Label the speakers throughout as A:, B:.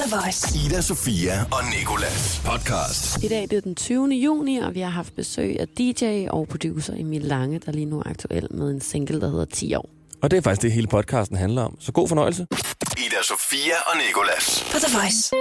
A: The Voice.
B: Ida, Sofia og Nikolas podcast.
C: I dag det er den 20. juni, og vi har haft besøg af DJ og producer Emil Lange, der lige nu er aktuel med en single, der hedder 10 år.
D: Og det er faktisk det, hele podcasten handler om. Så god fornøjelse.
B: Ida, Sofia og Nikolas.
A: På The Voice.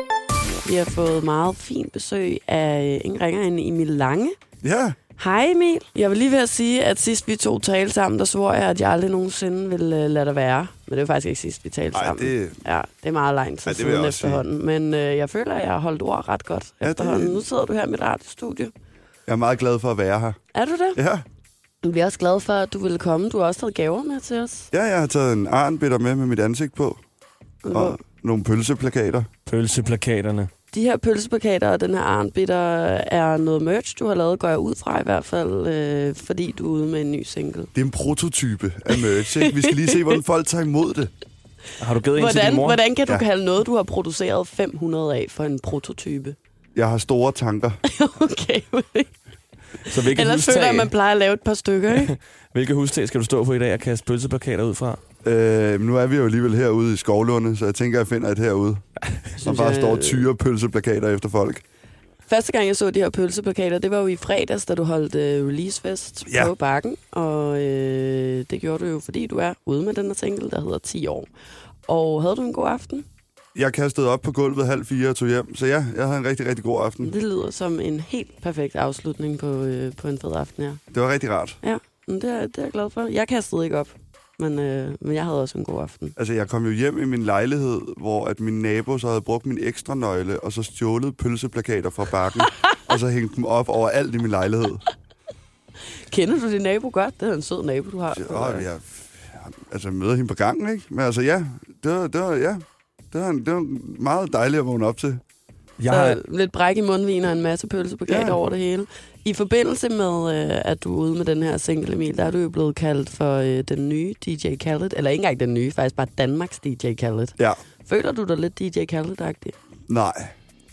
C: Vi har fået meget fint besøg af en ringer end Emil Lange.
E: Ja,
C: Hej Emil. Jeg var lige ved at sige, at sidst vi to talte sammen, der svor jeg, at jeg aldrig nogensinde ville øh, lade dig være. Men det var faktisk ikke sidst, vi talte
E: Ej,
C: sammen.
E: det-
C: Ja, det er meget langt
E: Ej,
C: tid
E: det vil jeg
C: siden
E: også sige.
C: efterhånden. Men øh, jeg føler, at jeg har holdt ord ret godt
E: Ja, det-
C: efterhånden. Nu sidder du her i mit radiostudie.
E: jeg er meget glad for at være her.
C: Er du det?
E: Ja,
C: Vi er også glade for, at du ville komme. Du har også taget gaver med til os.
E: ja jeg har taget en arnbitter med med mit ansigt på. Og nogle pølseplakater.
D: Pølseplakaterne.
C: De her pølseplakater og den her arnbitter er noget merch, du har lavet, går jeg ud fra i hvert fald, øh, fordi du er ude med en ny single.
E: Det er en prototype af merch, ikke? Vi skal lige se, hvordan folk tager imod det.
D: Har du givet en til din
C: Hvordan,
D: mor?
C: hvordan kan du ja.
E: Ja.
C: kalde noget, du har produceret 500 af for en prototype?
E: Jeg har store tanker.
C: Okay,
D: Så
C: ellers
D: hvilke
C: føler jeg,
D: hustag,
C: at man plejer at lave et par stykker, ikke?
D: hvilke hustag skal du stå på i dag og kaste pølseplakater ud fra?
E: Øh, nu er vi jo alligevel herude i Skovlunde, så jeg tænker, at jeg finder et herude. Som
C: Synes
E: bare
C: jeg-
E: står tyre pølseplakater efter folk.
C: Første gang, jeg så de her pølseplakater, det var jo i fredags, da du holdt øh, releasefest ja.
E: Ja.
C: på Bakken. Og øh, det gjorde du jo, fordi du er ude med den her single, der hedder 10 år. Og havde du en god aften?
E: Jeg kastede op på gulvet halv fire og tog hjem, så ja, jeg havde en rigtig, rigtig god aften.
C: Det lyder som en helt perfekt afslutning på, øh, på en fed aften her.
E: Det var rigtig rart.
C: Ja, men det, er, det er jeg glad for. Jeg kastede ikke op, men, øh, men jeg havde også en god aften.
E: Altså, jeg kom jo hjem i min lejlighed, hvor at min nabo så havde brugt min ekstra nøgle, og så stjålet pølseplakater fra bakken, og så hængte dem op overalt i min lejlighed.
C: Kender du din nabo godt? Det er en sød nabo, du har.
E: Så, åh, jeg, altså, jeg møder hende på gangen, ikke? Men altså, ja, det var, det var, ja, det var, en, det var en meget dejligt at vågne op til.
D: Jeg har,
C: Så lidt bræk i mundvin og en masse pølseplakater
E: Ja.
C: over det hele. I forbindelse med, øh, at du er ude med den her single, Emil, der er du jo blevet kaldt for øh, den nye DJ Khaled. Eller ikke engang den nye, faktisk bare Danmarks DJ Khaled.
E: Ja,
C: Føler du dig lidt DJ Khaled-agtig?
E: nej,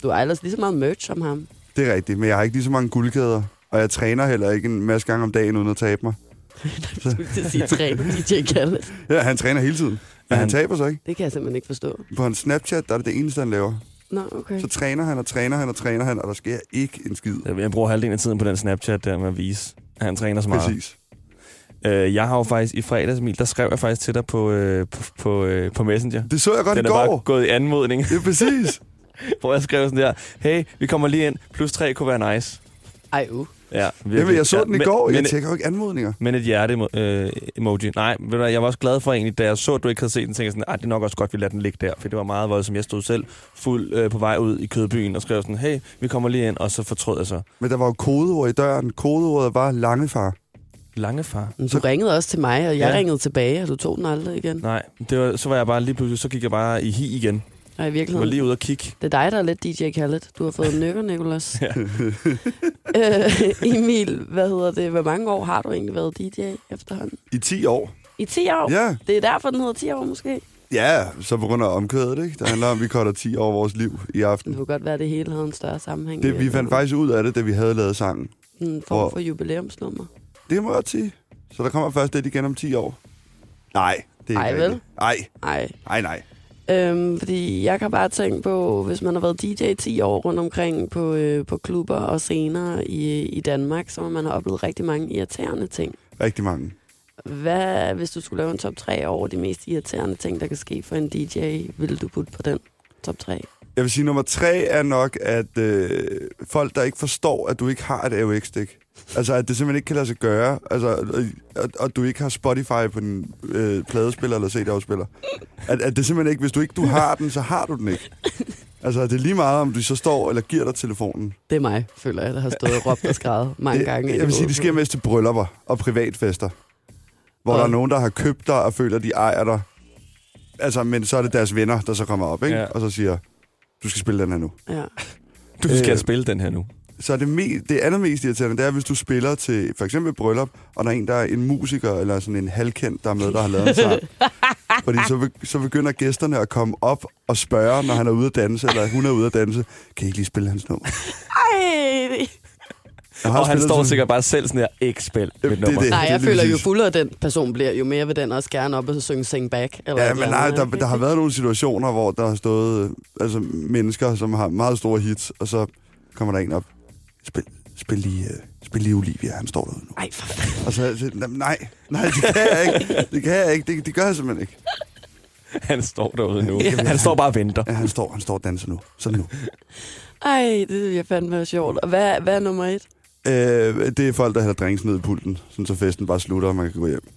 C: Du har ellers lige så meget merch som ham.
E: det er rigtigt, men jeg har ikke lige så mange guldkæder, og jeg træner heller ikke en masse gange om dagen uden at tabe mig.
C: Du skulle til at sige tre DJ Khaled.
E: Ja, han træner hele tiden, men han
D: han-
E: taber sig ikke.
C: Det kan jeg simpelthen ikke forstå.
E: På hans Snapchat, der er det det eneste, han laver.
C: Nå, okay.
E: Så træner han og træner han og træner han, og der sker ikke en skid.
D: jeg bruger halvdelen af tiden på den Snapchat der med at vise, at han træner så meget.
E: Præcis.
D: Øh, jeg har jo faktisk i fredags, Emil, der skrev jeg faktisk til dig på, øh, på, på, øh, på Messenger.
E: Det så jeg godt
D: Den
E: i
D: er
E: går.
D: bare gået i anmodning,
E: Ja, præcis.
D: hvor jeg skrev sådan der, hey, vi kommer lige ind, plus tre kunne være nice.
C: Ej, uh.
D: Ja,
E: Jamen, jeg så den i
D: men-
E: går. Jeg
D: men-
E: tjekker jo ikke anmodninger.
D: Men et hjerte-emoji. Nej, ved du hvad, jeg var også glad for egentlig, da jeg så, at du ikke havde set den, tænkte jeg sådan, at det er nok også godt, vi lader den ligge der, for det var meget voldsomt. Jeg stod selv fuld øh, på vej ud i Kødbyen og skrev sådan, hey, vi kommer lige ind, og så fortrød jeg så.
E: Men der var jo kodeord i døren. Kodeordet var langefar.
D: Langefar?
C: Men Mm, Du ringede også til mig, og jeg ja.
D: Ja.
C: ringede tilbage, og du tog den aldrig igen.
D: Nej, det var, så var jeg bare lige pludselig, så gik jeg bare i hi igen.
C: Og i
D: Jeg var
C: virkeligheden,
D: lige ude og kigge.
C: det er dig, der er lidt DJ Khaled. Du har fået nykker, Nicolas. øh, Emil, hvad hedder det? Hvor mange år har du egentlig været DJ efterhånden?
E: I 10 år.
C: I 10 år?
E: Ja.
C: Det er derfor, den hedder 10 år måske.
E: Ja, så på grund af omkvædet, ikke? Det handler om, at vi cutter 10 år af vores liv i
C: Det
E: aften.
C: kunne godt være, at det hele havde en større sammenhæng.
E: Det, vi fandt faktisk ud af det, da vi havde lavet sangen.
C: En form for jubilæumsnummer.
E: Det må jeg godt sige. Så der kommer først lidt igen om 10 år. Nej, det er
C: Ej,
E: ikke
C: vel?
E: rigtigt. Ej,
C: Ej.
E: ej, nej.
C: Øhm, fordi jeg kan bare tænke på, hvis man har været DJ i 10 år rundt omkring på, øh, på klubber og scener i, i Danmark, så må man have oplevet rigtig mange irriterende ting.
E: Rigtig mange.
C: Hvad, hvis du skulle lave en top 3 over de mest irriterende ting, der kan ske for en DJ, ville du putte på den top 3?
E: Jeg vil sige, nummer tre er nok, at øh, folk, der ikke forstår, at du ikke har et AUX-stik. Altså, at det simpelthen ikke kan lade sig gøre. Altså, og, og, og du ikke har Spotify på din øh, pladespiller eller CD-afspiller. At, at det simpelthen ikke, hvis du ikke du har den, så har du den ikke. Altså, det er lige meget, om du så står eller giver dig telefonen.
C: Det er mig, føler jeg, der har stået og råbt og skrevet mange
E: Det,
C: gange.
E: jeg vil sige, det sker mest til bryllupper og privatfester. Hvor
C: Og-
E: der er nogen, der har købt dig og føler, de ejer dig. Altså, men så er det deres venner, der så kommer op, ikke?
D: Ja.
E: Ja. Og så siger, du skal spille den her nu.
C: Ja.
D: Du skal
E: Øh.
D: spille den her nu.
E: Så det, me- det andet mest irriterende, det er, hvis du spiller til for eksempel et bryllup, og der er en, der er en musiker eller sådan en halvkendt, der er med, der har lavet en sang. Fordi så, be- så begynder gæsterne at komme op og spørge, når han er ude at danse, eller hun er ude at danse, kan I ikke lige spille hans nummer?
C: Ej, det-
E: Jeg har
D: Og han
E: spillet
D: står
E: sådan-
D: sikkert bare selv sådan her, ikke spil mit
E: Jamen, det er
D: nummer.
E: det.
C: Nej, jeg
E: lige
C: føler jo
E: præcis.
C: fuldere den person bliver, jo mere vil den også gerne op og synge Sing Back. Eller
E: Ja,
C: et
E: men
C: eller
E: nej,
C: andet,
E: der,
C: ikke?
E: der har været nogle situationer, hvor der har stået øh, altså, mennesker, som har meget store hits, og så kommer der en op. Spil, spil, lige, øh, spil lige Olivia, han står derude nu.
C: Ej, for fanden.
E: Og så har jeg sagt, "Jamen, nej, nej, det kan jeg ikke. Det kan jeg ikke. Det, det gør jeg simpelthen ikke.
D: Han står derude nu. Han står bare og venter.
E: Ja, han står, han står og danser nu. Sådan nu.
C: Ej, det jeg fandme være sjovt. Og hvad, hvad er nummer et?
E: Øh, det er folk, der hælder drinks ned i pulten, sådan så festen bare slutter, og man kan gå hjem.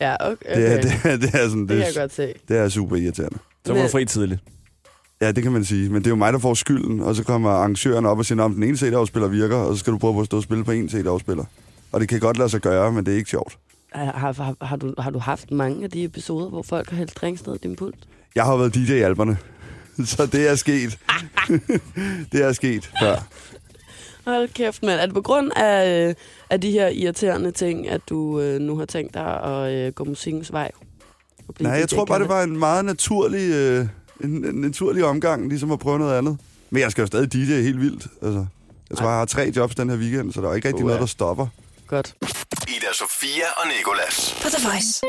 C: Ja, okay.
E: Det, er,
C: okay.
E: det, er, det er sådan,
C: det
E: det,
C: kan jeg
E: er,
C: godt se.
E: det er super irriterende.
D: Så var du fri tidligt.
E: Ja, det kan man sige. Men det er jo mig, der får skylden, og så kommer arrangøren op og siger, om den ene CD-afspiller virker, og så skal du prøve på at stå og spille på en CD-afspiller. Og det kan godt lade sig gøre, men det er ikke sjovt.
C: Har, har, har, du, har du haft mange af de episoder, hvor folk har hældt drinks ned i din pult?
E: Jeg har jo været DJ i alberne, så det er sket. det er sket før.
C: Hold kæft, mand. Er det på grund af, øh, af de her irriterende ting, at du øh, nu har tænkt dig at øh, gå musikkens vej? Og blive
E: Nej, jeg
C: DJ
E: tror bare, det
C: kender?
E: var en meget naturlig, øh, en, en naturlig omgang, ligesom at prøve noget andet. Men jeg skal jo stadig DJ helt vildt. Altså, jeg tror,
C: Ej.
E: jeg har tre jobs den her weekend, så der er ikke rigtig
C: Uha.
E: noget, der stopper.
C: Godt.
B: Ida Sofia og Nikolas.
A: På The Voice.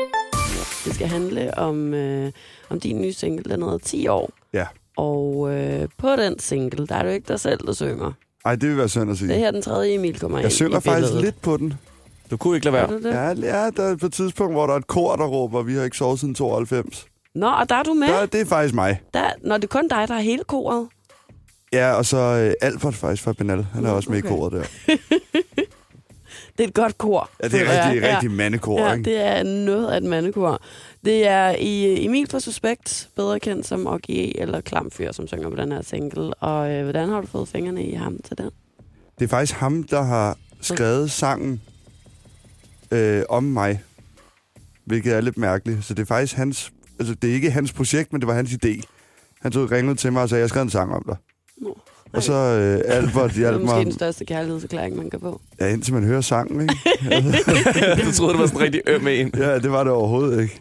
C: Det skal handle om, øh, om din nye single, den hedder 10 år.
E: Ja.
C: Og øh, på den single, der er det jo ikke dig selv, der synger.
E: Ej, det vil være synd at sige.
C: Det er her, den tredje Emil kommer ind
E: Mm. jeg synger
C: i
E: faktisk
C: billedet.
E: lidt på den.
D: Du kunne ikke lade
C: Gør
D: være.
C: du det?
E: Ja, ja, der er på et tidspunkt, hvor der er et kor, der råber, vi har ikke sovet siden 92.
C: Nå, og der er du med.
E: Der, det er faktisk mig.
C: Der, når det er kun dig, der er hele koret.
E: Ja, og så øh, Albert faktisk fra Benal. Han er
C: Nå,
E: også med
C: okay.
E: i koret der.
C: Det er et godt kor.
E: Ja, det er rigtig,
C: ja,
E: rigtig mandekor,
C: Ja,
E: ikke?
C: det er noget af et mandekor. Det er i Emil fra Suspekt, bedre kendt som OGE eller Klamfyr, som synger på den her single. Og øh, hvordan har du fået fingrene i ham til den?
E: Det er faktisk ham, der har skrevet sangen øh, om mig, hvilket er lidt mærkeligt. Så det er faktisk hans... Altså, det er ikke hans projekt, men det var hans idé. Han tog ringede til mig og sagde, jeg skrev en sang om dig.
C: Nå,
E: Og så øh, Albert
C: det er
E: hjalp
C: måske den
E: mig,
C: største kærlighedserklæring, man kan få.
E: ja, indtil man hører sangen, ikke?
D: Du troede, det var sådan en rigtig øm en.
E: Ja, det var det overhovedet ikke.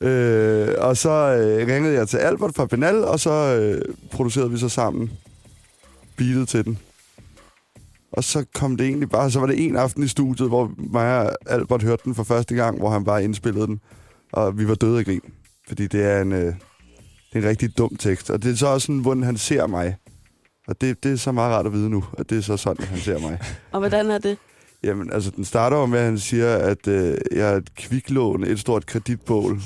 E: Øh, og så øh, ringede jeg til Albert fra Benal, og så øh, producerede vi så sammen beatet til den. Og så kom det egentlig bare, så var det en aften i studiet, hvor mig og Albert hørte den for første gang, hvor han bare indspillede den. Og vi var døde af grin, fordi det er en, øh, det er en rigtig dum tekst. Og det er så også sådan, hvordan han ser mig. Og det, det er så meget rart at vide nu, at det er så sådan, han ser mig.
C: Og hvordan er det?
E: Jamen, altså, den starter jo med, at han siger, at øh, jeg er et kviklån, et stort kreditbål.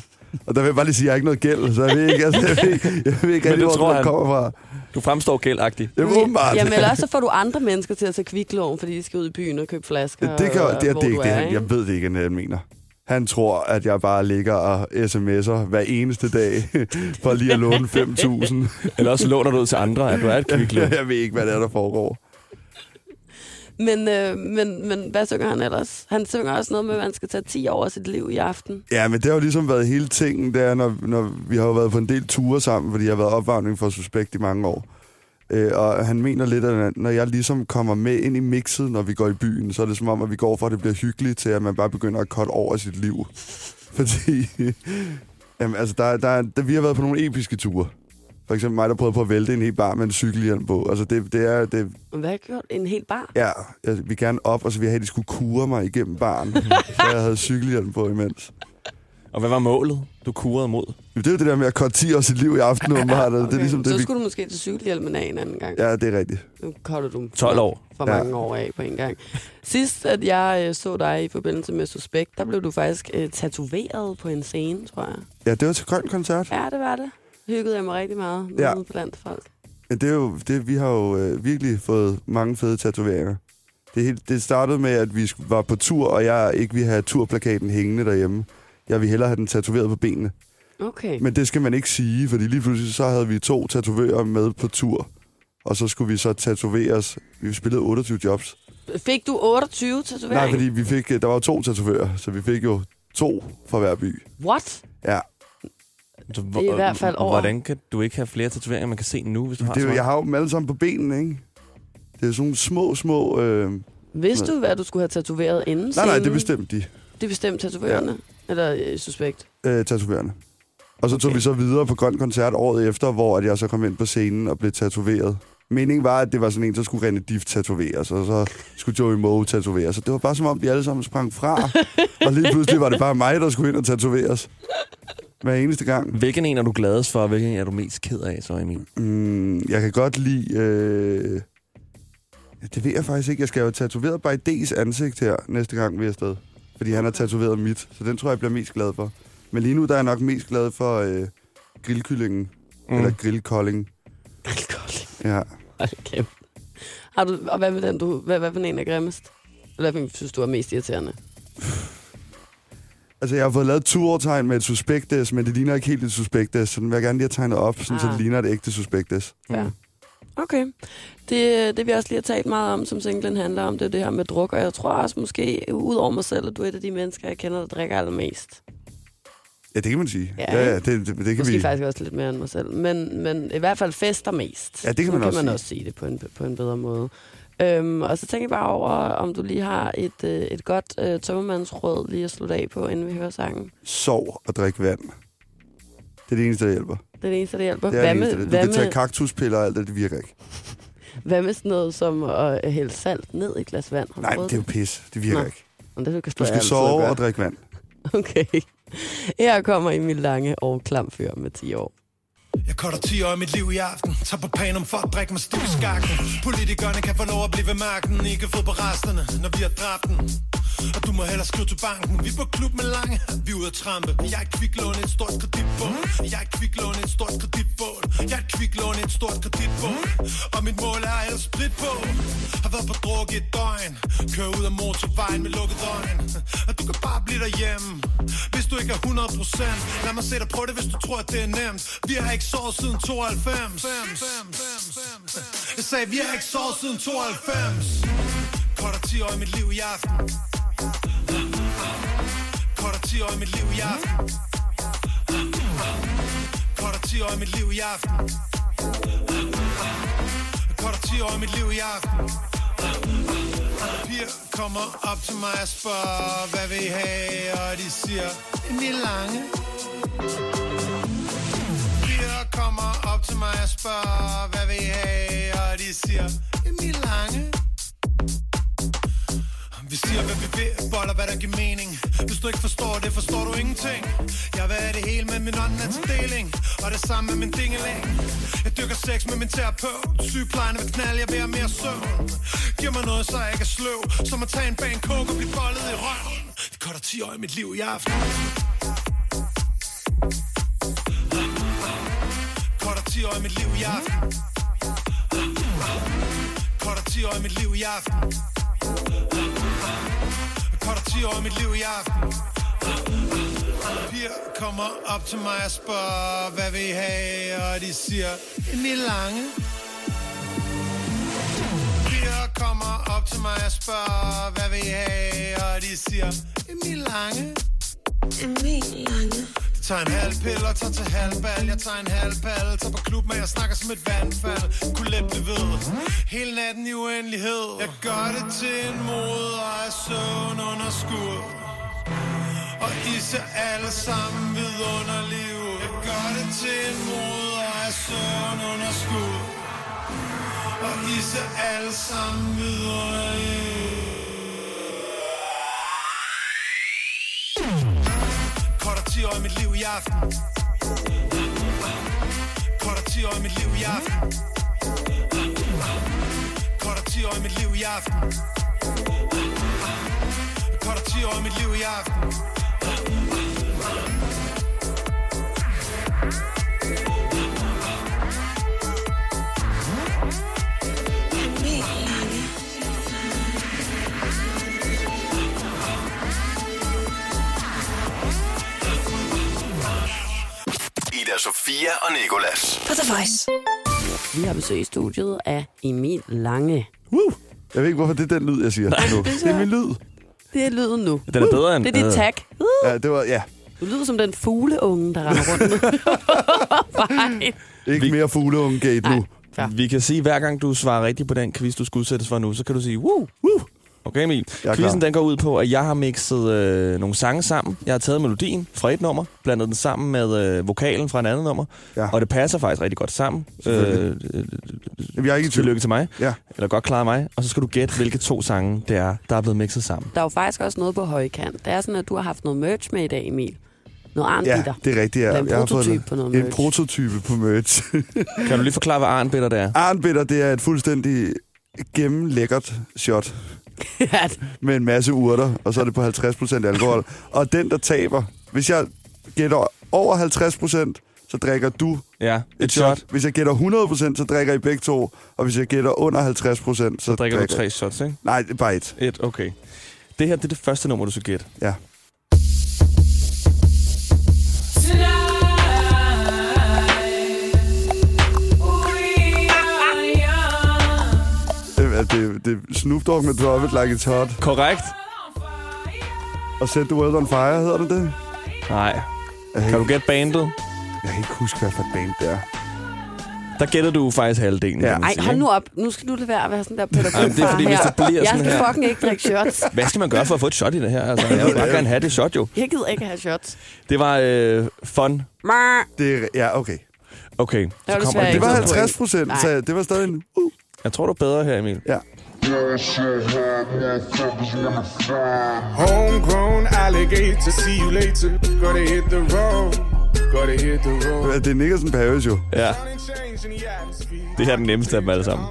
E: Og der vil jeg bare lige sige, at jeg har ikke noget gæld, så jeg ved ikke, altså, jeg ved ikke, jeg ved ikke
D: Men
E: rigtig,
D: det tror
E: hvor den
D: han.
E: kommer fra.
D: Du fremstår gældagtig.
E: Jamen, åbenbart.
C: Jamen, eller også så får du andre mennesker til at tage kviklån, fordi de skal ud i byen og købe flasker.
E: det, kan,
C: og,
E: det, er,
C: Øh, hvor
E: det er
C: du
E: ikke det,
C: er,
E: han, jeg ved det ikke, hvad han mener. Han tror, at jeg bare ligger og sms'er hver eneste dag, for lige at låne 5.000.
D: Eller også låner du ud til andre, at du er et kviklån.
E: jeg ved ikke, hvad det er, der foregår.
C: Men, øh, men, men hvad synger han ellers? Han synger også noget med, at man skal tage 10 år af sit liv i aften.
E: Ja, men det har jo ligesom været hele tingen, det er, når, når vi har jo været på en del ture sammen, fordi jeg har været opvarmning for Suspekt i mange år. Øh, og han mener lidt, at når jeg ligesom kommer med ind i mixet, når vi går i byen, så er det som om, at vi går fra, at det bliver hyggeligt, til at man bare begynder at cut over sit liv. Fordi, jamen, altså, der, der, der, vi har været på nogle episke ture. For eksempel mig, der prøvede på at vælte en hel bar med en cykelhjelm på. Altså, det, det er, det,
C: Hvad har jeg gjort? En hel bar?
E: ja, jeg ville gerne op, og så ville jeg have, at de skulle kure mig igennem baren. så jeg havde cykelhjelm på imens.
D: Og hvad var målet, du kurede mod?
E: Jamen, det er jo det der med at korte 10 år sit liv i aften, åbenbart. Okay. Det er ligesom
C: så
E: det, vi...
C: skulle du måske til cykelhjelmen af en anden gang.
E: Ja, det er rigtigt.
C: Nu cutter du
D: 12 år.
C: for
E: Ja.
C: mange år af på en gang. Sidst, at jeg øh, så dig i forbindelse med Suspekt, der blev du faktisk øh, tatoveret på en scene, tror jeg.
E: Ja, det var til grøn koncert.
C: Ja, det var det. Hyggede jeg mig rigtig meget
E: Ja.
C: ja. blandt folk.
E: Ja, det er jo, det, vi har jo øh, virkelig fået mange fede tatoveringer. Det, hele, det startede med, at vi sk- var på tur, og jeg ikke ville have turplakaten hængende derhjemme. Jeg ville hellere have den tatoveret på benene.
C: Okay.
E: Men det skal man ikke sige, fordi lige pludselig så havde vi to tatovører med på tur. Og så skulle vi så tatoveres. Vi spillede 28 jobs.
C: Fik du 28 tatoveringer?
E: Nej, fordi vi fik, øh, der var jo to tatovører, så vi fik jo to fra hver by.
C: What?
E: Ja,
D: Det er
C: i hvert fald over.
D: Hvordan kan du ikke have flere tatoveringer, man kan se nu, hvis du har
E: Det, er
D: så
E: jo-
D: mange?
E: jeg har jo dem alle sammen på benene, ikke? Det er sådan nogle små, små... Øh...
C: Vidste du, hvad du skulle have tatoveret inden
E: Nej, nej, det
C: scenen?
E: bestemte de
C: Det bestemte tatovererne? Ja. Eller øh, Suspekt?
E: øh, tatoverende. Og så okay. tog
C: Okay.
E: vi så videre på Grøn Koncert året efter, hvor at jeg så kom ind på scenen og blev tatoveret Meningen var, at det var sådan en, der skulle René Diff tatoveres, og så skulle Joey Moe tatoveres. Og det var bare som om, de alle sammen sprang fra. og lige pludselig var det bare mig, der skulle ind og tatoveres. Hver eneste gang.
D: Hvilken en er du gladest for, og hvilken en er du mest ked af, så Emil?
E: Mm, jeg kan godt lide... Øh... ja, Det ved jeg faktisk ikke. Jeg skal jo have tatoveret bare D's ansigt her næste gang, vi er afsted. Fordi han har tatoveret mit, så den tror jeg, jeg bliver mest glad for. Men lige nu der er jeg nok mest glad for øh, grillkyllingen. Mm. Eller grillkolling.
C: Alkohol.
E: Ja.
C: Hold kæft. Har du, og hvad vil den, du, hvad, hvad for en er grimmest? Eller hvad for en synes du er mest irriterende?
E: Altså, jeg har fået lavet turtegn med et suspektes, men det ligner ikke helt et suspektes, så den vil jeg gerne lige have tegnet op, sådan, ah. så
C: Ah.
E: det ligner et ægte suspektes.
C: Ja. Okay. Det, det vi også lige har talt meget om, som singlen handler om, det er det her med druk. Og jeg tror også måske, ud over mig selv, at du er et af de mennesker, jeg kender, der drikker allermest.
E: Ja, det kan man sige.
C: Ja,
E: Ja, ja,
C: ikke?
E: ja det, det, det kan
C: Måske
E: vi.
C: faktisk også lidt mere end mig selv. Men, men i hvert fald fester mest.
E: Ja, det kan
C: Så
E: man
C: kan
E: også
C: man
E: sige.
C: også sige det på en, på en bedre måde. Øhm, og så tænker jeg bare over, om du lige har et, øh, et godt øh, tømmermandsråd lige at slutte af på, inden vi hører sangen.
E: Sov og drik vand. Det er det eneste, der hjælper.
C: Det er det eneste, der hjælper.
E: Det er
C: hvad,
E: det
C: med,
E: eneste. der- Du
C: hvad,
E: kan tage
C: med,
E: kaktuspiller og alt det, det virker ikke.
C: hvad med sådan noget som at øh, hælde salt ned i et glas vand? Har du
E: Nej, men
C: prøvet
E: det er jo pis. Det virker
C: Nå.
E: ikke.
C: Nå, det altså kan
E: Du skal sove og drikke vand.
C: Okay. Her kommer Emil Lange og Klamfyr med 10 år.
A: Jeg cutter 10 år i mit liv i aften Tag på panum for at drikke mig stiv i skakken Politikerne kan få lov at blive ved magten Ikke fod på resterne, når vi har dræbt den Og du må hellere skrive til banken Vi er på klub med lange, vi er ude at trampe Jeg er et kviklån, et stort kreditbål Jeg er et kviklån, et stort kreditbål Jeg er et kviklån, et stort kreditbål Og mit mål er at split på Har været på druk i et døgn Kører ud af motorvejen med lukket øjne Og du kan bare blive derhjemme Hvis du ikke er 100% Lad mig se dig prøve det, hvis du tror, at det er nemt Vi har ikke sovet siden 92 Jeg sagde, vi har ikke sovet siden 92 Korter 10 år i mit liv i aften Korter 10 år i mit liv i aften Korter 10 år i mit liv i aften Korter 10 år i mit liv i aften piger kommer op til mig og spørger, hvad vil I have? Og de siger, en lille lange. Piger kommer op til mig og spørger, hvad vil I have? Og de siger, en lille lange. Vi siger, hvad vi vil, boller, hvad der giver mening Hvis du ikke forstår det, forstår du ingenting Jeg vil have det hele, men min ånd er til deling Og det samme med min dingeling Jeg dykker sex med min terapeut Sygeplejen vil knalde, jeg vil have mere søvn Giv mig noget, så jeg ikke er sløv Som at tage en bag en coke og blive bollet i røven Det cutter 10 år i mit liv i aften Cutter 10 år i mit liv i aften Cutter 10 år i mit liv i aften Cutter 10 år i mit liv i aften Piger kommer op til mig og spørger, hvad vil I have? Og de siger, en lille lange. Piger kommer op til mig og spørger, hvad vil I have? Og de siger, en lille lange. Tag en halv pille og tager til halvbal Jeg tager en halv pal, tager på klub med Jeg snakker som et vandfald, kunne let blive ved Hele natten i uendelighed Jeg gør det til en mode og er søvn under skud Og I ser alle sammen vidunderlige ud Jeg gør det til en mode og er søvn under skud Og I ser alle sammen vidunderlige Cutter 10 år i mit liv i aften Cutter 10 år i mit liv i aften Cutter 10 år i mit liv i aften Cutter 10 år i mit liv i aften
B: Ida Sofia og Nikolas.
F: På The Voice.
C: Vi har besøg i studiet af Emil Lange.
E: Woo! Jeg ved ikke, hvorfor det er den lyd, jeg siger nu. Det er min lyd.
C: Det er lyden nu. Uh,
D: Den er bedre end...
C: Det er dit tag. Uh,
E: Ja, det var, ja.
C: Du lyder som den fugleunge, der render rundt nu. Vejen.
E: Ikke mere fugleungegate nu.
C: Ja.
D: Vi kan sige, hver gang du svarer rigtigt på den quiz, du skal udsættes for nu, så kan du sige, woo, woo. Okay, Emil.
E: Jeg er
D: Quizzen
E: klar.
D: den går ud på, at jeg har mixet øh, nogle sange sammen. Jeg har taget melodien fra et nummer, blandet den sammen med øh, vokalen fra en anden nummer,
E: Ja.
D: og det passer faktisk rigtig godt sammen. Øh,
E: Selvfølgelig. Jamen, jeg er ikke i tvivl.
D: tillykke til mig,
E: Ja.
D: eller godt klaret mig. Og så skal du gætte, hvilke to sange det er, der er blevet mixet sammen.
C: Der er jo faktisk også noget på højkant. Det er sådan, at du har haft noget merch med i dag, Emil. Noget andet
E: Ja,
C: i dig.
E: det er rigtigt.
C: Eller
E: Ja.
C: en
E: Jeg har fået
C: prototype på noget
E: en
C: merch.
E: prototype på merch.
D: Kan du lige forklare, hvad arnbitter det er?
E: Arnbitter, det er et fuldstændig gennemlækkert shot
C: ja,
E: med en masse urter, og så er det på 50% alkohol. og den, der taber, hvis jeg gætter over 50%, så drikker du
D: Ja,
E: et shot. Hvis jeg gætter 100%, så drikker I begge to. Og hvis jeg gætter under 50%, så,
D: Så drikker du tre shots, ikke?
E: Nej, det er bare et.
D: Et, okay. Det her, det er det første nummer, du skal gætte.
E: Ja. Det, er- Øh, det, det er Snoop Dogg med Drop It Like It's Hot.
D: Korrekt?
E: Og Set the World on Fire, hedder det det?
D: Nej. Kan du gætte bandet?
E: Jeg kan ikke huske, hvad for et band det er.
D: Der gætter du faktisk halvdelen.
E: Ja.
D: kan man
C: Ej,
D: sige,
C: hold
D: ikke?
C: nu op. Nu skal du lade være at være sådan der pædagog.
D: Jamen, det er fordi, hvis det bliver
C: jeg
D: sådan
C: skal
D: her-
C: fucking ikke drikke shots.
D: Hvad skal man gøre for at få et shot i det her? Altså, jeg vil bare gerne have det shot, jo.
C: Jeg gider ikke have shots.
D: Det var øh, fun.
C: Mar.
E: Det er, ja, okay.
D: Okay,
C: var
D: så kommer
C: desværre
D: det.
E: Det var
C: Ikke så
E: 50 procent,
C: Nej.
E: så det var stadig en... Uh,
D: Jeg tror, du er bedre her, Emil.
E: ja.
F: Homegrown alligator, see you later. Gotta hit the road, gotta hit the road.
E: Øh, Det er Nickerson Paris jo.
D: Ja,
F: Det her er den nemmeste af dem alle sammen.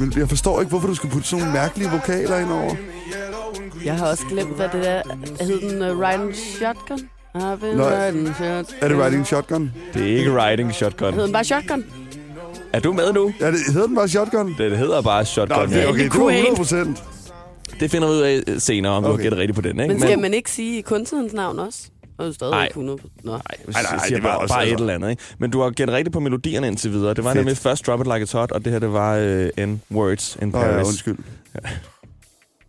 E: Men jeg forstår ikke, hvorfor du skal putte sådan nogle mærkelige vokaler ind over.
C: Jeg har også glemt, hvad det der hed den uh, Riding Shotgun. I've been
E: Nå,
C: riding shotgun.
E: Er det Riding Shotgun?
D: det er ikke riding shotgun.
C: Hed den bare Shotgun?
D: Er du med nu?
E: Er det, hedder den bare Shotgun?
D: Det hedder bare shotgun.
E: Nå, det er
D: ja.
E: okay. Det
C: Queen.
E: var 100 procent.
D: det finder vi ud af øh, senere, om okay. du har
E: Okay.
D: gættet rigtigt på den, ikke?
C: Men skal man ikke sige kunstnerens navn også? Og du stadig
D: Nej.
C: ikke 100 Nå.
D: Nej,
E: nej,
D: nej,
E: det
D: siger
E: var
D: bare,
E: også-
D: bare et
E: altså-
D: eller andet, ikke? Men du har gættet rigtigt på melodierne indtil videre. Det var
E: Fedt.
D: Fedt. nemlig først Drop It Like It's Hot, og det her, det var øh, N-Words in
E: Nå ja,
D: Paris.
E: undskyld.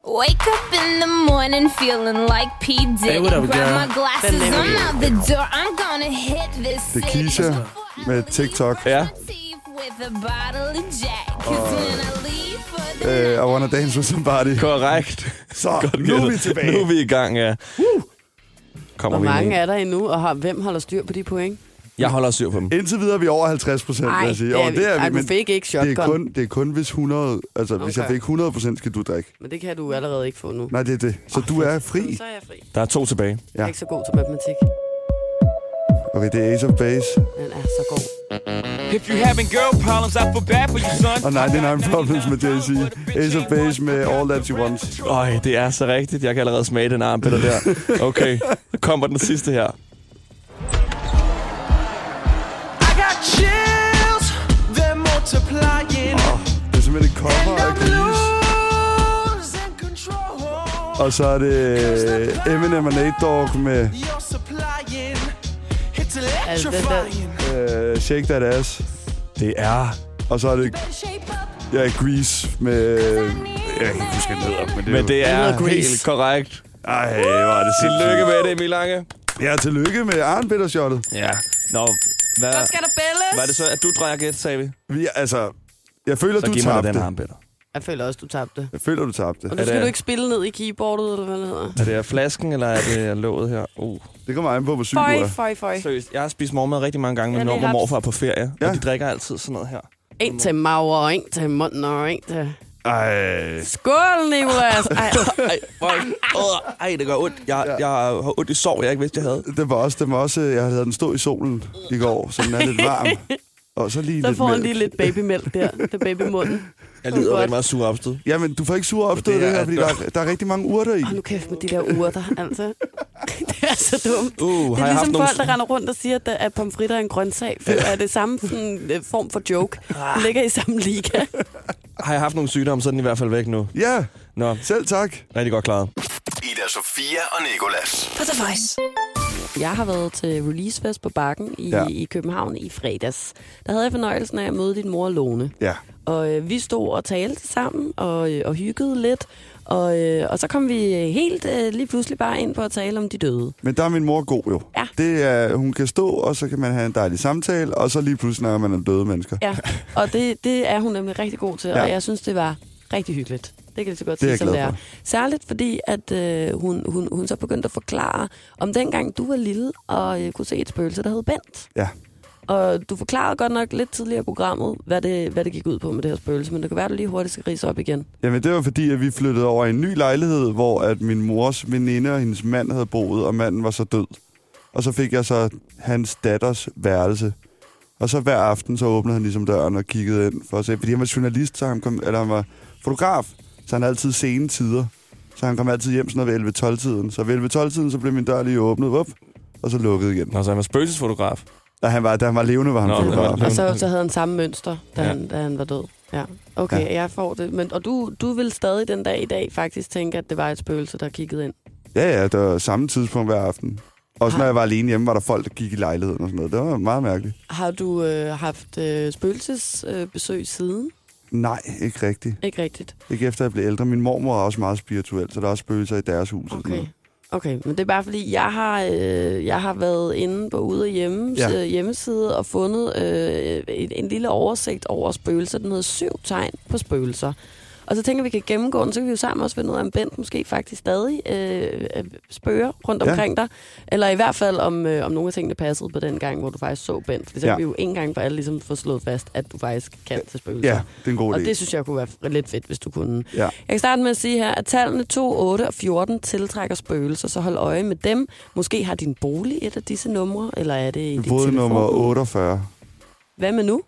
G: Wake up in the morning feeling like P. Diddy.
D: what up,
G: Grab
D: girl?
G: my
E: Altså,
G: glasses,
C: Then
G: I'm
C: they-
G: out the door. I'm gonna hit this
E: Det er
G: city.
E: Keisha
G: Before I
E: med
G: leave,
E: TikTok.
G: brush
D: Ja.
G: my teeth with a bottle of Jack. 'Cause when I leave for the
E: Uh,
G: night,
E: I wanna dance with somebody.
D: Korrekt.
E: Så, nu er vi tilbage.
D: Nu er vi i gang, ja. Kommer
C: Hvor
D: vi ind
C: mange
D: i.
C: er der endnu, og har, hvem holder styr på de point?
D: Jeg holder syr på dem.
E: Indtil videre er vi over 50 procent, vil
C: Ej,
E: jeg sige.
C: det er
E: Jo,
C: vi- ej, du
E: men
C: fik ikke
E: Det er
C: shotgun.
E: kun, det er kun hvis 100... Altså, okay. hvis jeg
C: Okay.
E: fik 100 procent, skal du drikke.
C: Men det kan du allerede ikke få nu.
E: Nej, det er det. Så du er fri.
C: Så er jeg fri.
D: Der er to tilbage.
C: Jeg er ikke så god til matematik.
E: Okay, det er Ace of Base.
C: Den er så god.
H: If you having girl problems, I feel bad for you, son.
E: Og 99 Problems med Jay-Z. Ace of Base med All That She Wants.
D: Øj, det er så rigtigt. Jeg kan allerede smage den arm, Peter, der. Okay, så kommer den sidste her.
H: I got chills, they're multiplying.
E: Oh, det er simpelthen et cover af Grease.
H: losing control.
E: Og så er det øh, Eminem og Nate Dogg med
H: You're supplying, it's
C: Altså, den
H: electrifying.
E: øh, Shake That Ass.
D: Det er...
E: Og så er det
G: shape up.
E: ja, Grease med... øh, Jeg kan ikke huske, hvad den hedder, men det er...
D: Men det
C: hedder
D: er
C: Grease.
D: helt korrekt.
E: Ej, hvor er det sindssygt.
D: Tillykke med det, Emil Lange.
E: Ja, tillykke med armbittershottet.
D: Ja. Nå, hvad,
C: Så skal der bælles!
D: var det så, at du drejer gæt, sagde vi?
E: Vi, er- altså, jeg føler,
D: Så
E: du
D: giv mig da
E: tabte.
D: den arm, Peter.
C: Jeg føler også, du tabte.
E: Jeg føler, du tabte.
C: Og nu
D: Er
C: skal
D: det-
C: du ikke spille ned i keyboardet, eller hvad det hedder.
D: Er det flasken, eller er det låget her? Uh.
E: Det kommer an på, hvor syg du
C: Føj,
E: er.
C: føj, føj.
D: Seriøst, jeg har spist morgenmad rigtig mange gange,
C: Ja,
D: men
C: det
D: når
C: er
D: mormor og
C: haps.
D: morfar er på ferie, ja.
E: Ja.
D: og de drikker altid sådan noget her.
C: En til maver, og en til munden, og en til...
E: Ej.
C: Skål, Nicolas! Ej,
D: Ej, hvor, øh, ej det gør ondt. Jeg, jeg har ondt i sår, jeg ikke vidste, jeg havde.
E: Det var også, det var også, øh, jeg havde den stå i solen i går, så den er lidt varm. Og så lige
C: så
E: lidt
C: får han
E: mælk.
C: lige lidt babymælk der. Det er babymunden.
D: Jeg
C: Det er
D: lider
C: godt.
D: rigtig meget sur opstød.
E: Jamen, du får ikke sur opstød
D: Det
E: det,
D: er-
E: det her, fordi der, er- der er rigtig mange urter i.
C: Og nu kæft med de der urter, altså. det er så dumt.
D: Uh,
C: det
D: har
C: er
D: jeg haft
C: ligesom
D: nogle-
C: folk, der render rundt og siger, at, at pomfritter er en grøntsag. For er det samme sådan, øh, form for joke?
D: Ah.
C: Det ligger i samme liga.
D: Har jeg haft nogle sygdomme, så er den i hvert fald væk nu.
E: Ja,
D: Nå,
E: selv tak.
D: rigtig godt klaret.
B: Ida Sofia og Nikolas.
C: Jeg har været til releasefest på Bakken i,
E: Ja.
C: ja. i København i fredags. Der havde jeg fornøjelsen af at møde din mor Lone.
E: Ja.
C: Og øh, vi stod og talte sammen og, øh, og hyggede lidt. Og, øh, og så kom vi helt øh, lige pludselig bare ind på at tale om de døde.
E: Men der er min mor god jo.
C: Ja.
E: Det er, hun kan stå, og så kan man have en dejlig samtale, og så lige pludselig snakker man om døde mennesker.
C: Ja, og det, det er hun nemlig rigtig god til. Ja.
E: Ja.
C: Og jeg synes, det var rigtig hyggeligt. Det kan jeg lige så godt
E: Det
C: sige,
E: er jeg
C: som
E: glad
C: det er.
E: for.
C: Særligt fordi, at øh, hun, hun, hun så begyndte at forklare, om dengang du var lille og øh, kunne se et spøgelse, der hed Bent.
E: Ja.
C: Og du forklarede godt nok lidt tidligere i programmet, hvad det, hvad det gik ud på med det her spøgelse, men det kan være, at du lige hurtigt skal rise op igen.
E: Jamen, det var fordi, at vi flyttede over i en ny lejlighed, hvor at min mors veninde og hendes mand havde boet, og manden var så død. Og så fik jeg så hans datters værelse. Og så hver aften, så åbnede han ligesom døren og kiggede ind for at se. Fordi han var journalist, så han, kom, eller han var fotograf, så han havde altid sene tider. Så han kom altid hjem sådan noget ved 11-12-tiden. Så ved 11-12-tiden, så blev min dør lige åbnet op, og så lukket igen.
D: Nå, så han var spøgelsesfotograf.
E: Da han var, da han var levende, var han
D: Nå,
E: Nå,
D: det var-
E: fotograf.
C: Og så, så havde han samme mønster, da,
D: Ja.
C: ja. han, da han var død. Ja, okay, ja. jeg får det. Men, og du, du vil stadig den dag i dag faktisk tænke, at det var et spøgelse, der kiggede ind.
E: Ja, ja, det var samme tidspunkt hver aften. Også når
C: Ej.
E: jeg var alene hjemme, var der folk, der gik i lejligheden og sådan noget. Det var meget mærkeligt.
C: Har du øh, haft øh, spøgelsesbesøg øh, besøg siden?
E: Nej, ikke rigtigt.
C: Ikke rigtigt.
E: Ikke efter jeg blev ældre. Min mormor er også meget spirituel, så der er også spøgelser i deres hus. Og sådan
C: Okay.
E: noget.
C: Okay, men det er bare fordi, jeg har, øh, jeg har været inde på ude og hjemme,
E: Ja.
C: ja. hjemmeside og fundet øh, en, en lille oversigt over spøgelser. Den hedder syv tegn på spøgelser. Og så tænker vi, vi kan gennemgå den, så kan vi jo sammen også finde ud af, om Bent måske faktisk stadig øh, øh, spøger rundt
E: Ja.
C: omkring dig. Eller i hvert fald, om, øh, om nogle af tingene passede på den gang, hvor du faktisk så Bent. Fordi så
E: Ja.
C: ja. kan vi jo en gang for alle ligesom få slået fast, at du faktisk kan til spøgelser.
E: Ja, det er en god
C: Og
E: idé.
C: det synes jeg kunne være lidt fedt, hvis du kunne.
E: Ja.
C: Jeg kan starte med at sige her, at tallene 2, 8 og 14 tiltrækker spøgelser, så hold øje med dem. Måske har din bolig et af disse numre, eller er det i dit
E: Både
C: telefon?
E: nummer 48,
C: Hvad med nu?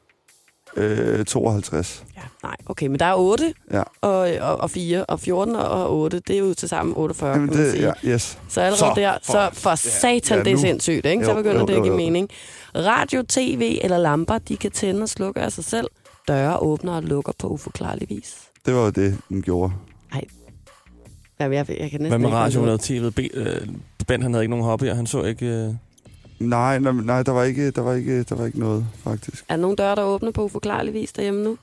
E: øh, 52.
C: Ja. Nej, okay, men der er 8
E: Ja.
C: og, og, og 4, og 14 og- og 8, det er jo til sammen 48,
E: Jamen,
C: kan man
E: det,
C: sige.
E: ja, yes.
C: Så allerede
E: Så,
C: så, der,
E: for-
C: så for satan,
E: ja,
C: ja, det er
E: nu.
C: sindssygt, ikke? så
E: Jo,
C: begynder
E: jo,
C: det at
E: jo,
C: give
E: jo.
C: mening. Radio, tv eller lamper, de kan tænde og slukke af sig selv. Døre åbner og lukker på uforklarlig vis.
E: Det var jo det, den gjorde.
C: Jamen, jeg, jeg kan næsten
D: Hvad med
C: ikke finde
D: radio?
C: ud
D: Hun
C: af-
D: havde TV. Øh, Bent, han havde ikke nogen hobbyer. Han så ikke... Øh...
E: Nej, nej, nej der, var ikke, der, var ikke, der var ikke noget, faktisk.
C: Er der nogle døre, der åbner på uforklarlig vis derhjemme nu?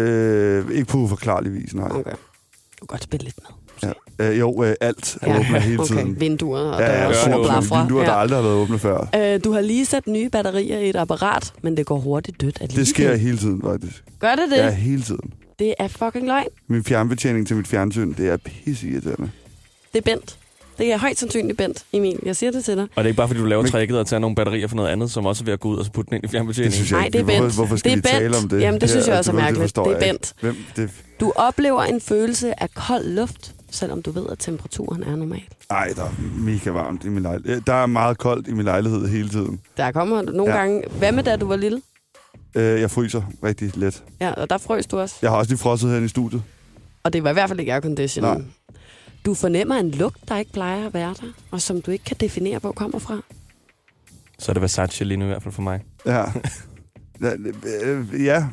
E: Øh, ikke på uforklarlig vis, nej.
C: Okay. Du kan godt spille lidt med.
E: Ja. Øh, jo, øh, alt er åbner hele
C: okay.
E: tiden.
C: Vinduer og
E: Ja, ja,
C: døre
E: døren er
C: og
E: åbne.
C: blafra.
E: Vinduer, der aldrig har været åbne før.
C: Øh, du har lige sat nye batterier i et apparat, men det går hurtigt dødt alligevel.
E: Det sker hele tiden, faktisk.
C: Gør det det?
E: Ja,
C: Ja.
E: hele tiden.
C: Det er fucking løgn.
E: Min fjernbetjening til mit fjernsyn, det er pisseirriterende.
C: Det er Bent. Det er højst sandsynligt Bent, Emil. Jeg siger det til dig.
D: Og det er ikke bare, fordi du laver
E: Men-
D: tricket og tager nogle batterier for noget andet, som også er ved at gå ud og så putte den ind i fjernbetjeningen.
E: Det synes jeg
C: Nej,
E: ikke.
C: det er Bent.
E: Hvorfor, hvorfor skal
C: Det
E: vi
C: er Bent.
E: tale om det?
C: Jamen, det synes jeg også er
E: ved-
C: mærkeligt.
E: forstår
C: Det er
E: jeg ikke.
C: Bent.
E: Hvem, det,
C: Du oplever en følelse af kold luft, selvom du ved, at temperaturen er normal.
E: ej, der er mega varmt i min lejlighed. Der er meget koldt i min lejlighed hele tiden.
C: Der kommer nogle
E: Ja.
C: ja. gange... Hvad med da du var lille?
E: Øh, Jeg fryser rigtig let.
C: Ja, og der frøs du også.
E: Jeg har også lige frosset herinde i studiet.
C: Og det var i hvert fald ikke
E: Nej.
C: airconditionen. Du fornemmer en lugt, der ikke plejer at være der, og som du ikke kan definere, hvor kommer fra.
D: Så er det Versace lige nu i hvert fald for mig.
E: Ja. Ja, øh, ja.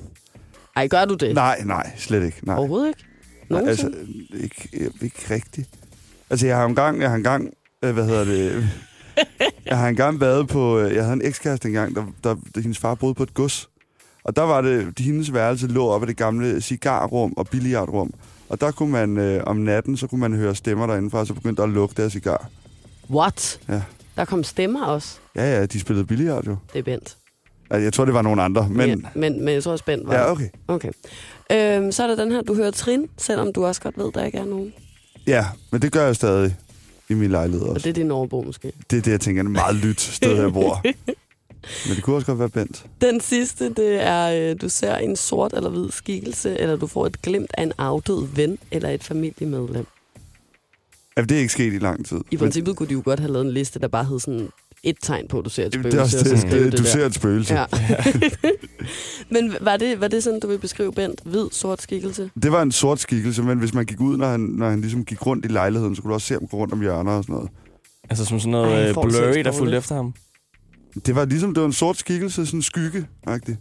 C: Ej, gør du det?
E: Nej, nej, slet ikke. Nej.
C: Overhovedet ikke?
E: Nej,
C: Nogensinde?
E: altså, ikke, øh, ikke rigtigt. Altså, jeg har engang, jeg har engang, øh, hvad hedder det, jeg har engang været på, øh, jeg havde en ekskæreste engang, der, der, der hendes far boede på et gods. Og der var det, hendes værelse lå op af det gamle cigarrum og billiardrum. Og der kunne man, øh, om natten, så kunne man høre stemmer derindefra, og så begyndte der at lugte af cigar.
C: What?
E: Ja.
C: Der kom stemmer også.
E: Ja, ja, de spillede billiard jo.
C: Det er Bent.
E: Altså, jeg tror, det var nogen andre, men...
C: ja, men, men jeg tror også Bent var.
E: Ja, okay.
C: okay. Øhm, så er der den her, du hører trin, selvom du også godt ved, der ikke er nogen.
E: Ja, men det gør jeg stadig i min lejlighed
C: Og det
E: også.
C: er din overbo måske.
E: Det er det, jeg tænker, det er et meget lyt sted, jeg bor. Men det kunne også godt være Bent.
C: Den sidste, det er, øh, du ser en sort eller hvid skikkelse, eller du får et glimt af en afdød ven eller et familiemedlem.
E: Jamen, det er ikke sket i lang tid.
C: I princippet kunne de jo godt have lavet en liste, der bare hed sådan et tegn på, at du ser et
E: Men,
C: spøgelse.
E: det er også
C: og så
E: det,
C: skrive
E: det, du
C: der.
E: ser et spøgelse. Ja.
C: Ja. Men var det, var det sådan, du vil beskrive Bent? Hvid, sort skikkelse?
E: Det var en sort skikkelse, men hvis man gik ud, når han, når han ligesom gik rundt i lejligheden, så kunne du også se ham gå rundt om hjørner og sådan noget.
D: Altså som sådan
C: Ej,
D: noget
C: jeg
D: øh,
C: får det
D: blurry,
C: selv
D: der fulgte
C: dårligt.
D: efter ham.
E: Det var ligesom, det var en sort skikkelse, sådan en skygge -agtig.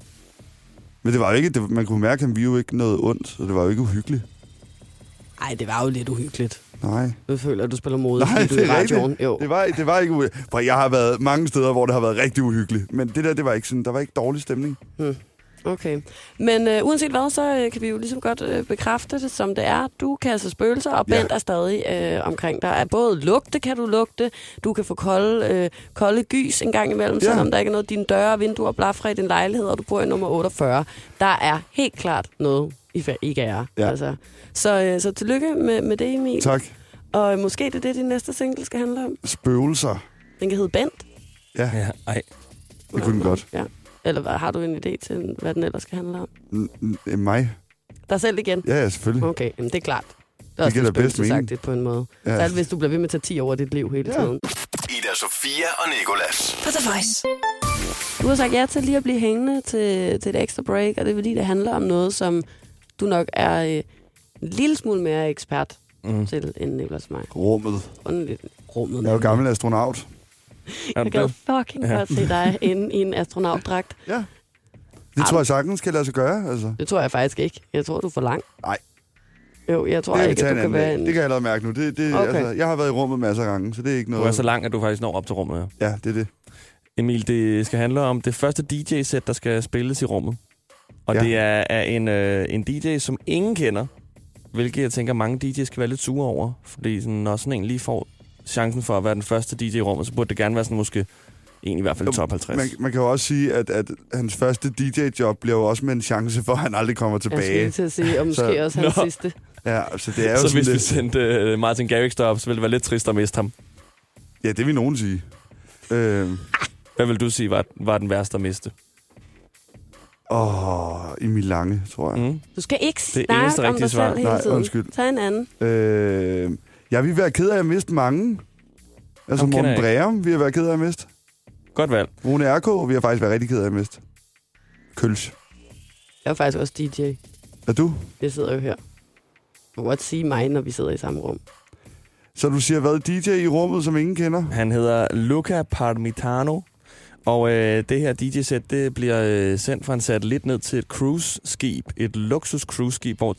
E: Men det var jo ikke, det, man kunne mærke, at han jo ikke noget ondt, så det var jo ikke uhyggeligt.
C: Nej, det var jo lidt uhyggeligt.
E: Nej.
C: Nu føler at du spiller mod,
E: Nej,
C: fordi du
E: det
C: i
E: er
C: radioen.
E: rigtigt.
C: Jo.
E: Det var, det var ikke uhyggeligt. For jeg har været mange steder, hvor det har været rigtig uhyggeligt. Men det der, det var ikke sådan, der var ikke dårlig stemning.
C: Okay. Men øh, uanset hvad, så øh, kan vi jo ligesom godt øh, bekræfte det, som det er. Du kan altså spøgelser, og
E: Ja.
C: Bent er stadig øh, omkring dig. Er både lugte kan du lugte, du kan få kolde, øh, kolde gys en gang imellem,
E: Ja.
C: ja. selvom der ikke er noget dine døre, vinduer og blafra i din lejlighed, og du bor i nummer 48. Der er helt klart noget, I, fa- I kan gøre.
E: Ja.
C: Altså. Så, øh, så tillykke med, med det, Emil.
E: Tak.
C: Og øh, måske det er det, din næste single skal handle om.
E: Spøgelser.
C: Den kan hedde Bent.
E: Ja,
D: Ja, ej.
E: det kunne den godt.
C: Ja. Eller hvad, har du en idé til, hvad den ellers skal handle om?
E: N- n- mig?
C: Dig selv igen.
E: Ja, ja, selvfølgelig.
C: Okay, jamen, det er klart. Det er
E: giver da
C: også
E: bedst
C: lidt sagt
E: mening.
C: det på en måde.
E: Ja.
C: Ja. Særligt hvis du bliver ved med at tage 10 over dit liv hele
E: Ja.
C: tiden.
B: Ida Sofia og Nikolas.
I: På The Voice.
C: Du har sagt ja til lige at blive hængende til, til et ekstra break, og det er fordi, det handler om noget, som du nok er øh, en lille smule mere ekspert mm. til end Niklas og mig.
E: Rummet.
C: Grundligt rummet.
E: Jeg er jo gammel astronaut.
D: Er
C: Jeg
D: det
C: gad
D: det?
C: fucking ja. godt se dig inde i en astronautdragt.
E: Ja. Det tror jeg sagtens kan lade sig gøre, altså.
C: Det tror jeg faktisk ikke. Jeg tror, du er for lang.
E: Nej,
C: Jo, jeg tror
E: det kan vi
C: ikke,
E: tage
C: at
E: en
C: du kan
E: anden
C: være
E: dag.
C: en...
E: Det kan jeg allerede mærke nu. Det, det,
C: Okay.
E: altså, jeg har været i rummet masser af gange, så det er ikke
D: Du
E: noget...
D: er så lang, at du faktisk når op til rummet. Ja.
E: Ja, det er det.
D: Emil, det skal handle om det første DJ-sæt, der skal spilles i rummet. Og
E: Ja.
D: ja. det er af en, øh, en DJ, som ingen kender. Hvilket jeg tænker, mange DJ's kan være lidt sure over. Fordi sådan, når sådan en lige får chancen for at være den første DJ i rummet, så burde det gerne være sådan måske en i hvert fald top 50.
E: Man, man kan jo også sige, at, at hans første DJ-job bliver jo også med en chance for, at han aldrig kommer
C: Jeg skulle lige
E: tilbage.
C: til at sige, og måske
E: Så-
C: også hans
D: Nå.
C: sidste.
E: Ja, så det er jo
D: Så
E: sådan
D: hvis vi
E: lidt...
D: sendte øh, Martin Garrix derop, så ville det være lidt trist at miste ham.
E: Ja, det vil nogen sige. Øh,
D: Hvad vil du sige var, var den værste at miste?
E: åh, Emil Lange, tror jeg.
D: Mm.
C: Du skal ikke
D: Det
C: snakke
D: eneste
C: om
D: rigtige
C: dig
D: svar.
C: selv hele
E: Nej,
C: tiden.
E: undskyld.
C: Tag en anden.
E: Mm. Øh, jeg vil være ked af at miste mange. Altså
D: Ham kender jeg
E: Morten
D: ikke.
E: Breum, vi har været ked af at miste.
D: Godt valg.
E: Rune R.K., vi har faktisk været rigtig ked af at miste. Køls.
C: Jeg er faktisk også DJ.
E: Er du?
C: Jeg sidder jo her. Du må godt sige mig, når vi sidder i samme rum.
E: Så du siger, hvad DJ i rummet, som ingen kender?
D: Han hedder Luca Parmitano. Og øh, det her DJ-sæt, det bliver øh, sendt fra en satellit ned til et cruise-skib. Et luksus-cruise-skib, hvor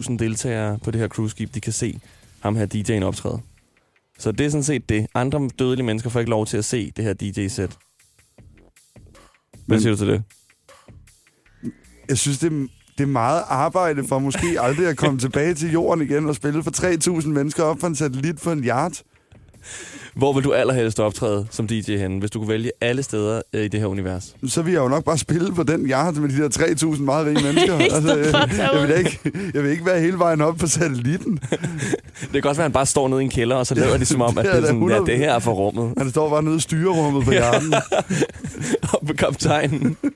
D: 3.000 deltagere på det her cruise-skib, de kan se ham her DJ'en optræde. Så det er sådan set det. Andre dødelige mennesker får ikke lov til at se det her DJ-sæt. Hvad
E: Men-
D: siger du til det?
E: Jeg synes, det er, det er meget arbejde for måske aldrig at komme tilbage til jorden igen og spille for 3.000 mennesker op for en satellit for en yard.
D: Hvor vil du allerhelst optræde som DJ henne, hvis du kunne vælge alle steder øh, i det her univers?
E: Så vil jeg jo nok bare spille på den yard med de der 3.000 meget rige mennesker. altså, jeg, jeg, vil da ikke, jeg vil ikke være hele vejen op på satellitten.
D: Det kan også være, at han bare står nede i en kælder, og så lader de som om, at
E: det
D: det,
E: er
D: er
E: da
D: sådan, ja,
E: 100.
D: det her er for rummet.
E: Han står bare nede i styrerummet på yarden.
D: Og på kaptajnen, så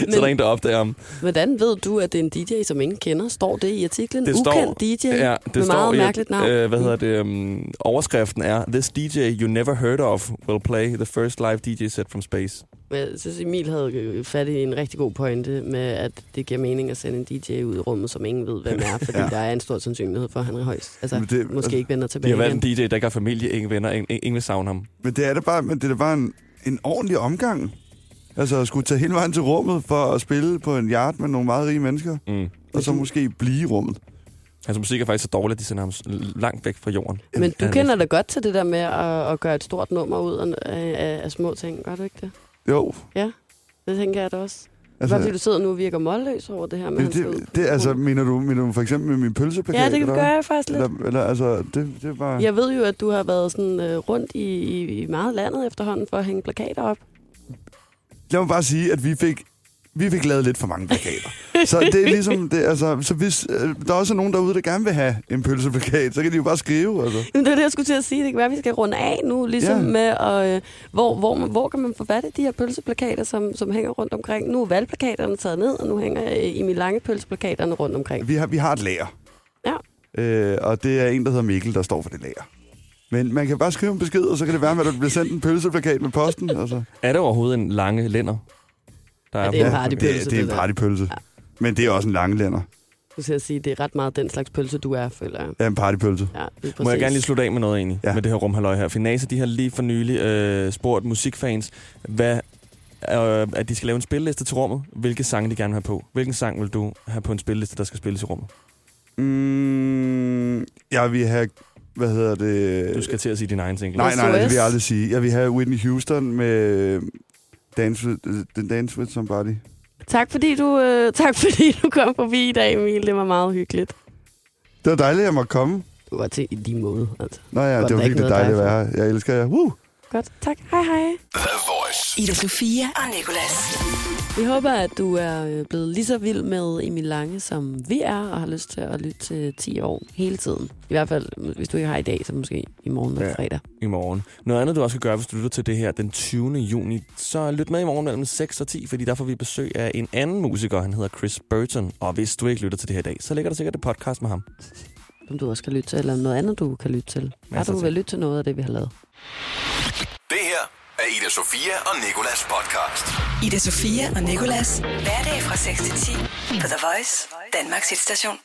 D: er der
C: Men
D: en, der opdager ham.
C: hvordan ved du, at det er en DJ, som ingen kender? Står det i artiklen?
D: Det
C: Ukendt
D: står-
C: DJ
D: Ja, det
C: med
D: står
C: meget
D: i,
C: mærkeligt navn.
D: Øh, hvad hedder det? Um, overskriften er, This DJ you never heard of will play the first live DJ set from space.
C: Men Jeg synes, Emil havde øh, fat i en rigtig god pointe med, at det giver mening at sende en DJ ud i rummet, som ingen ved, hvem er, fordi
E: Ja.
C: ja. der er en stor sandsynlighed for, at han er højst. Altså,
E: Men det-
C: det, måske ikke vender tilbage
D: De har valgt
C: igen.
D: en DJ, der ikke har familie, ingen venner, ingen, ingen vil savne ham.
E: Men det er da bare, men det er da bare en, en ordentlig omgang. Altså at skulle tage hele vejen til rummet for at spille på en yard med nogle meget rige mennesker.
D: Mm.
E: Og så måske blive i rummet.
D: Hans musik er faktisk så dårlig, at de sender ham s- langt væk fra jorden.
C: Men du
D: Ja,
C: kender da godt til det der med at, at gøre et stort nummer ud af, af, af små ting, gør du ikke det?
E: Jo.
C: Det tænker jeg da også. Altså, Bare fordi du sidder nu og virker målløs over det her med, at han
E: det,
C: skal ud på
E: det, det, altså, mener du, mener du for eksempel med min pølseplakat?
C: Ja, det kan
E: eller
C: du
E: hvad?
C: gøre faktisk lidt.
E: Eller, eller, altså, det, det er bare...
C: Jeg ved jo, at du har været sådan øh, rundt i, i, i meget landet efterhånden for at hænge plakater op.
E: Lad mig bare sige, at vi fik, vi fik lavet lidt for mange plakater. så det er ligesom, det, altså, så hvis øh, der også er nogen derude, der gerne vil have en pølseplakat, så kan de jo bare skrive, altså.
C: Jamen, det er det, jeg skulle til at sige. Det kan være, at vi skal runde af nu, ligesom
E: Ja.
C: ja. med, og, øh, hvor, hvor, man- hvor kan man få fat i de her pølseplakater, som, som hænger rundt omkring. Nu er valgplakaterne taget ned, og nu hænger øh, Emil Lange pølseplakaterne rundt omkring.
E: Vi har, vi har et lager,
C: Ja.
E: øh, og det er en, der hedder Mikkel, der står for det lager. Men man kan bare skrive en besked, og så kan det være, at der bliver sendt en pølseplakat med posten. Altså.
D: Er der overhovedet en lange lænder? Der
C: Ja, det er en
D: på-
C: party.
E: det, er-
C: Partypølse,
E: det er en
C: det der.
E: partypølse.
C: Ja.
E: Men det er også en langlænder.
C: Du skal sige, det er ret meget den slags pølse, du er, føler jeg.
E: Ja, en partypølse.
C: Ja, lige præcis.
D: Må jeg gerne lige slutte af med noget egentlig,
E: Ja.
D: ja. med det her rumhalløj her. For NASA, de har lige for nylig øh, spurgt musikfans, hvad, øh, at de skal lave en spilleliste til rummet. Hvilke sange de gerne vil have på. Hvilken sang vil du have på en spilleliste, der skal spilles i rummet?
E: Mm, jeg vil have, hvad hedder det?
D: Du skal til at sige din egen ting.
E: Nej, nej, nej, det vil jeg
C: SOS.
E: aldrig sige. Jeg vil have Whitney Houston med øh, Dance with, øh, Dance with Somebody.
C: Tak fordi, du, øh, tak fordi du kom forbi i dag, Emil. Det var meget hyggeligt.
E: Det var dejligt, at jeg måtte komme.
C: Du var til i lige måde, altså.
E: Nå ja,
C: Var
E: det
C: der
E: var
C: ikke
E: virkelig
C: noget
E: dejligt at være her. Jeg elsker jer. Woo!
C: Godt, tak. Hej hej.
B: The Voice.
I: Ida Sofia og Nicolas.
C: Vi håber, at du er øh, blevet lige så vild med Emil Lange, som vi er, og har lyst til at lytte til 10 år hele tiden. I hvert fald, hvis du ikke har i dag, så måske i morgen eller
D: Ja.
C: fredag.
D: i morgen. Noget andet, du også kan gøre, hvis du lytter til det her den 20. juni, så lyt med i morgen mellem 6 og 10, fordi der får vi besøg af en anden musiker, han hedder Chris Burton. Og hvis du ikke lytter til det her i dag, så ligger der sikkert et podcast med ham.
C: Som du også kan lytte til, eller noget andet, du kan lytte til. Har
D: Masser
C: du
D: til.
C: vil lytte til noget af det, vi har lavet?
B: Det her er Ida Sofia og Nikolas podcast.
I: Ida Sofia og Nicolas. Hverdag fra 6 til 10 på The Voice, Danmarks hitstation.